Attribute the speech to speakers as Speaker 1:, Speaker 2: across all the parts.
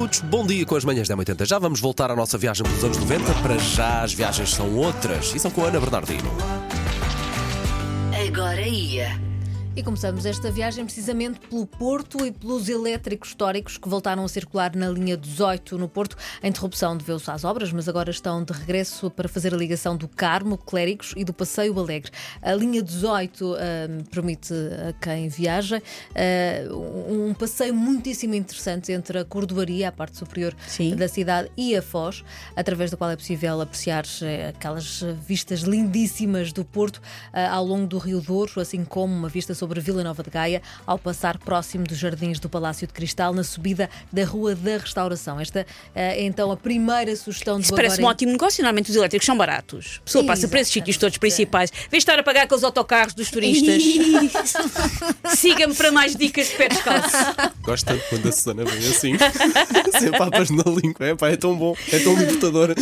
Speaker 1: minutos. Bom dia com as manhãs da 80. Já vamos voltar à nossa viagem pelos anos 90. Para já as viagens são outras e são com a Ana Bernardino.
Speaker 2: Agora ia.
Speaker 3: E começamos esta viagem precisamente pelo Porto e pelos elétricos históricos que voltaram a circular na linha 18 no Porto. A interrupção deveu-se às obras, mas agora estão de regresso para fazer a ligação do Carmo, Clérigos e do Passeio Alegre. A linha 18 hum, permite a quem viaja eh, um passeio muitíssimo interessante entre a Cordoaria, a parte superior
Speaker 4: Sim.
Speaker 3: da da cidade e a Foz, através da qual é possível apreciar eh, aquelas eh, vistas lindíssimas do Porto eh, ao longo do Rio Douro, assim como uma vista sobre Vila Nova de Gaia, ao passar próximo dos jardins do Palácio de Cristal, na subida da Rua da Restauração. Esta eh, é então a primeira sugestão
Speaker 4: Isso
Speaker 3: do
Speaker 4: parece um
Speaker 3: Agora em
Speaker 4: ótimo negócio. Normalmente os elétricos são baratos. A pessoa passa para esses
Speaker 3: Exatamente.
Speaker 4: sítios todos principais. Vem estar a pagar aqueles autocarros dos turistas. Siga-me para mais dicas de pé descalço.
Speaker 1: Gosto tanto quando a Susana vem assim. Sem papas na língua. É, pá, é tão bom. É tão libertador.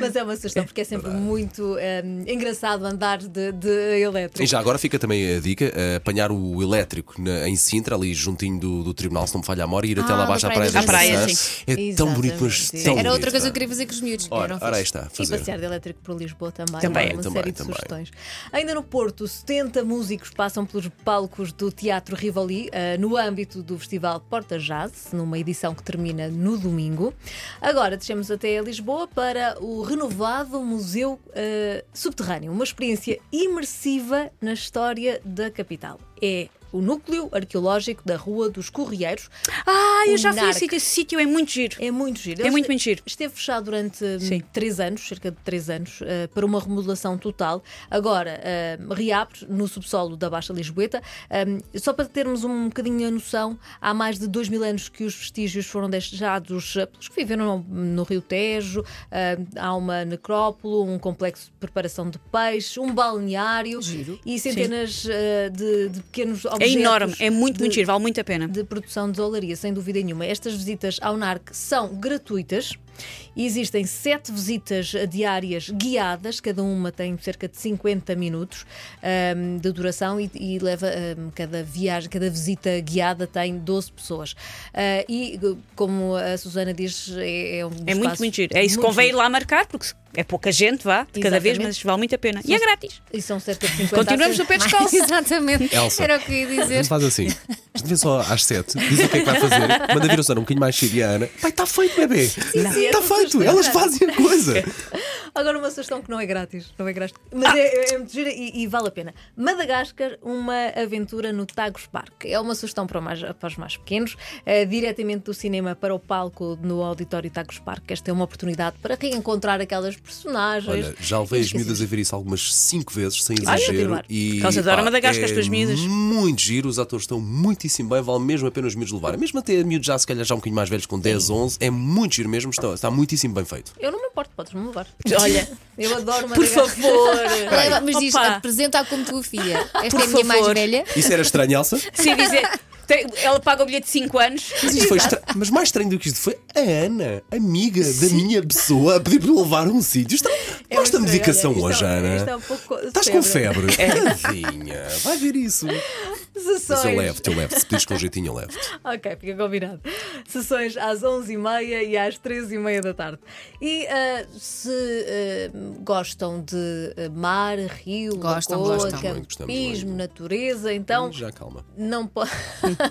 Speaker 3: Mas é uma sugestão, porque é sempre muito eh, engraçado andar de, de elétrico.
Speaker 1: E já agora fica também a dica: eh, apanhar o elétrico na- em Sintra, ali juntinho do, do tribunal, se não me falha a memória, e ir até
Speaker 5: Ah,
Speaker 1: lá
Speaker 5: da
Speaker 1: abaixo à
Speaker 5: Praia
Speaker 1: Praia
Speaker 5: da
Speaker 1: da
Speaker 4: Praia,
Speaker 1: Maçã.
Speaker 3: sim.
Speaker 1: É tão bonito, mas
Speaker 3: Exatamente.
Speaker 1: tão
Speaker 5: Era outra
Speaker 1: bonito,
Speaker 5: coisa que eu
Speaker 1: pá.
Speaker 5: queria fazer com os miúdos. que eu
Speaker 1: Ora,
Speaker 5: não
Speaker 1: ora aí
Speaker 5: fiz.
Speaker 1: está,
Speaker 3: E
Speaker 1: fazer.
Speaker 3: passear de elétrico por Lisboa também.
Speaker 4: Também,
Speaker 3: uma
Speaker 1: também,
Speaker 3: série de
Speaker 1: também.
Speaker 3: sugestões. Ainda no Porto, 70 músicos passam pelos palcos do Teatro Rivoli eh, no âmbito do Festival Porta Jazz, numa edição que termina no domingo. Agora descemos até Lisboa para o renovado Museu eh, Subterrâneo, uma experiência imersiva na história da capital. É o núcleo arqueológico da Rua dos Correieiros.
Speaker 4: Ah, eu já fui a
Speaker 3: Narc.
Speaker 4: esse sítio. Esse sítio é muito giro.
Speaker 3: Um É muito giro.
Speaker 4: É
Speaker 3: Ele
Speaker 4: muito,
Speaker 3: este-
Speaker 4: muito giro.
Speaker 3: Esteve fechado durante hum,
Speaker 4: Sim.
Speaker 3: três anos, cerca de três anos, eh, para uma remodelação total. Agora hum, reabre no subsolo da Baixa Lisboeta. Hum, só para termos um bocadinho a noção, há mais de dois mil anos que os vestígios foram deixados eh, pelos que viveram no, no Rio Tejo. Hum, há uma necrópole, um complexo de preparação de peixe, um balneário e centenas eh, de, de pequenos
Speaker 4: É
Speaker 3: objetos.
Speaker 4: enorme. É muito, muito
Speaker 3: de-
Speaker 4: giro. Vale muito a pena.
Speaker 3: de produção de olaria, sem dúvida nenhuma. Estas visitas ao NARC são gratuitas. Existem sete visitas diárias guiadas, cada uma tem cerca de 50 minutos ahm, de duração e, e leva ahm, cada viagem, cada visita guiada tem 12 pessoas. Ah, e como a Susana diz, é, é um
Speaker 4: É muito,
Speaker 3: espaço
Speaker 4: muito giro. É isso.
Speaker 3: muito
Speaker 4: Convém ir
Speaker 3: giro.
Speaker 4: lá marcar, porque é pouca gente, vá, de cada vez,
Speaker 3: Exatamente.
Speaker 4: mas vale muito a pena. E é grátis.
Speaker 3: E são cerca de 50
Speaker 4: Continuamos no pé descalço.
Speaker 5: Exatamente.
Speaker 1: Elsa.
Speaker 5: Era o que eu ia
Speaker 1: Não
Speaker 5: dizer.
Speaker 1: faz assim. Vê só às sete, diz o que é que vai fazer, manda vir o sono um bocadinho mais cedo e a Ana. Pai, está feito, bebê.
Speaker 3: sim,
Speaker 1: Está
Speaker 3: é
Speaker 1: feito,
Speaker 3: assustador.
Speaker 1: elas fazem a
Speaker 4: É.
Speaker 1: coisa.
Speaker 3: Agora uma sugestão que não é grátis, não é grátis, mas
Speaker 5: Ah.
Speaker 3: é, é muito gira e, e vale a pena. Madagascar, uma aventura no Tagus Park. É uma sugestão para, o mais- para os mais pequenos, eh, diretamente do cinema para o palco no auditório Tagus Park. Esta é uma oportunidade para reencontrar aquelas personagens.
Speaker 1: Olha, já levei as
Speaker 3: Esqueci-me.
Speaker 1: miúdas a ver isso algumas cinco vezes, sem
Speaker 3: Vai
Speaker 1: exagero.
Speaker 3: continuar.
Speaker 1: e,
Speaker 4: Elas adoram
Speaker 1: pá, é
Speaker 4: Madagascar, as tuas miúdas.
Speaker 1: Muito giro, os atores estão muitíssimo bem, vale mesmo a pena os miúdos levarem. Mesmo até miúdos já, se calhar, já um bocadinho mais velhos, com 10, 11, é muito giro mesmo, está, está muitíssimo bem feito.
Speaker 3: Eu não me importo, podes-me levar.
Speaker 4: Olha,
Speaker 3: Eu adoro
Speaker 4: por
Speaker 3: Madagascar.
Speaker 4: favor. é
Speaker 5: Leva, mas diz,
Speaker 4: Opa.
Speaker 5: apresenta-a como tua filha. Esta
Speaker 4: Por
Speaker 5: é a minha mais
Speaker 4: favor.
Speaker 5: velha.
Speaker 1: Isso era estranho, Elsa?
Speaker 4: Sem dizer. tem- Ela paga o bilhete de 5 anos.
Speaker 1: Mas, isto foi estra- mas mais estranho do que isto foi a Ana, amiga da minha pessoa, a pedir para levar a um sítio. Está...
Speaker 3: É
Speaker 1: Basta
Speaker 3: muito
Speaker 1: medicação
Speaker 3: estranho.
Speaker 1: hoje,
Speaker 3: Isto é-
Speaker 1: Ana.
Speaker 3: isto é um pouco
Speaker 1: Estás com febre.
Speaker 4: É.
Speaker 1: Tadinha, vai ver isso. Mas eu
Speaker 3: Sessões.
Speaker 1: levo-te, eu levo-te. Se pedires com jeitinho, eu levo-te.
Speaker 3: Ok, fica combinado. Sessões às 11h30 e às 13h30 da tarde. E ah, se ah, gostam de ah, mar, rio,
Speaker 5: Gostam,
Speaker 3: lagoa,
Speaker 5: gostam.
Speaker 1: Gostamos muito, gostamos
Speaker 3: campismo, natureza, então
Speaker 1: Já calma.
Speaker 3: não pode.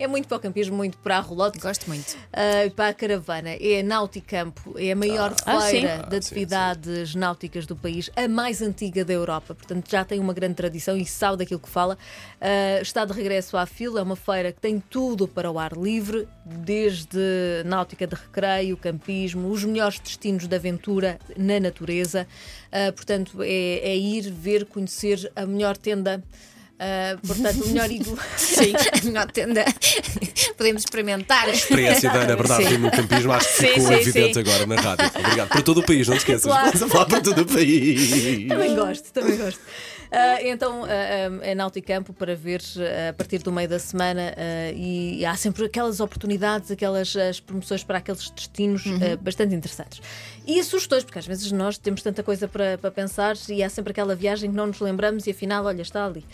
Speaker 3: é muito para o campismo, muito para a rolote.
Speaker 5: Gosto muito.
Speaker 3: Ah, para a caravana é a Nauticampo, é a maior
Speaker 4: Ah,
Speaker 3: feira
Speaker 1: sim.
Speaker 3: de
Speaker 1: Ah, sim,
Speaker 3: atividades náuticas do país, a mais antiga da Europa, portanto já tem uma grande tradição e sabe daquilo que fala. Ah, está de regresso à fila, é uma feira que tem tudo para o ar livre, desde náutica de recreio, campismo, os melhores destinos de aventura na natureza. Ah, portanto, é, é ir, ver, conhecer a melhor tenda. ah, portanto, o melhor iglu.
Speaker 5: Sim. Não tenda. Podemos experimentar.
Speaker 1: Experiência da Ana Bernardo no campismo, acho que
Speaker 4: Sim,
Speaker 1: ficou
Speaker 4: sim,
Speaker 1: evidente
Speaker 4: sim.
Speaker 1: agora na rádio. Obrigado. Para todo o país, não te esqueças.
Speaker 3: Claro.
Speaker 1: Estamos a falar para todo o país.
Speaker 3: Também gosto, também gosto. Ah, então ah, ah, é Nauticampo para ver ah, a partir do meio da semana ah, e há sempre aquelas oportunidades, aquelas as promoções para aqueles destinos
Speaker 4: Uhum.
Speaker 3: ah, bastante interessantes. E sugestões, porque às vezes nós temos tanta coisa para, para pensar e há sempre aquela viagem que não nos lembramos e afinal, olha, está ali.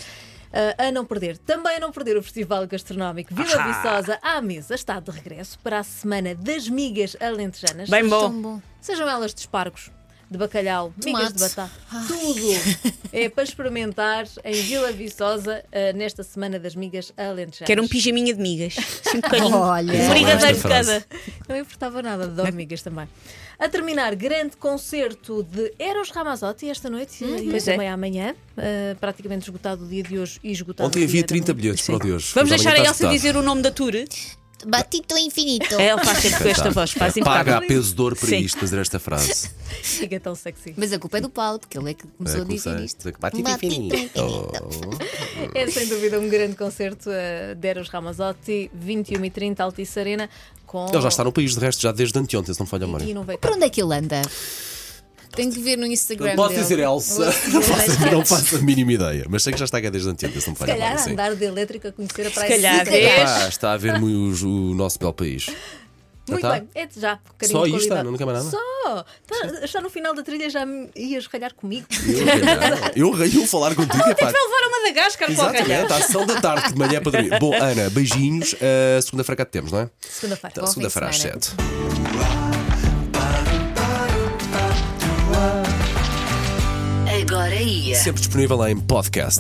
Speaker 3: eh, a não perder. Também a não perder o Festival Gastronómico Vila
Speaker 4: Ahá.
Speaker 3: Viçosa à Mesa está de regresso para a Semana das Migas Alentejanas.
Speaker 4: Bem bom.
Speaker 5: Tão bom.
Speaker 3: Sejam elas de espargos, de bacalhau,
Speaker 5: Tomate.
Speaker 3: migas de batata, tudo é para experimentar em Vila Viçosa eh, nesta Semana das Migas Alentejanas.
Speaker 4: Quero um pijaminha de migas. Assim um bocadinho.
Speaker 5: Olha.
Speaker 4: Um brigadeiro de
Speaker 1: é Esta frase.
Speaker 4: cada.
Speaker 3: Não importava nada de
Speaker 4: é?
Speaker 3: dar migas também. A terminar, grande concerto de Eros Ramazzotti esta noite e
Speaker 4: Pois é.
Speaker 3: também amanhã. eh, praticamente esgotado o dia de hoje e esgotado o
Speaker 1: Ontem
Speaker 3: dia
Speaker 1: havia
Speaker 3: da
Speaker 1: 30
Speaker 3: noite.
Speaker 1: bilhetes para o de hoje.
Speaker 4: Vamos
Speaker 1: Mas
Speaker 4: deixar a
Speaker 1: amanhã
Speaker 4: Elsa
Speaker 1: está esgotado.
Speaker 4: dizer o nome da tour?
Speaker 5: Batito infinito.
Speaker 4: Ela É, faz sempre com esta voz, faz
Speaker 1: Paga a
Speaker 4: impecável.
Speaker 1: peso de ouro para
Speaker 4: Sim.
Speaker 1: isto, fazer esta frase.
Speaker 3: Fica tão sexy.
Speaker 5: Mas a culpa é do Paulo, porque ele é que começou a
Speaker 1: começar,
Speaker 5: dizer isto.
Speaker 1: dizer que Batito infinito.
Speaker 3: É sem dúvida um grande concerto eh, de Eros Ramazzotti, 21 e 30 Altice Arena. Com...
Speaker 1: Ele já está no país, de resto, já desde anteontem, se não me falha a
Speaker 3: E
Speaker 1: memória.
Speaker 3: não veio cá.
Speaker 5: Para onde é que ele anda? Tenho que ver no Instagram.
Speaker 1: Posso
Speaker 5: dele.
Speaker 1: dizer Elsa? Não faço, não faço a mínima ideia, mas sei que já está cá desde anteontem, se não me
Speaker 3: Se
Speaker 1: falha a
Speaker 3: calhar
Speaker 1: memória. sim.
Speaker 3: andar de elétrica, conhecer a praia.
Speaker 4: calhar,
Speaker 3: de Sicília.
Speaker 4: é.
Speaker 1: Pá, está a ver o, o nosso belo país. Já
Speaker 3: Muito
Speaker 1: está?
Speaker 3: bem, é de já. com carinho
Speaker 1: Só
Speaker 3: de
Speaker 1: isto?
Speaker 3: qualidade.
Speaker 1: Não, nunca mais nada?
Speaker 3: Só! Tá- está no final da trilha, já me ias ralhar comigo.
Speaker 1: Eu, calhar, eu, eu falar contigo, é pá.
Speaker 4: Para levar a Madagascar para o calhar.
Speaker 1: Exatamente, à sessão da tarde, de manhã para dormir. Bom, Ana, beijinhos. Uh, Segunda-feira cá te temos, não é?
Speaker 3: Segunda-feira.
Speaker 1: Então,
Speaker 5: Tá Bom fim de
Speaker 1: segunda-feira às
Speaker 5: semana.
Speaker 1: 7.
Speaker 2: Agora ia.
Speaker 1: Sempre disponível em podcast.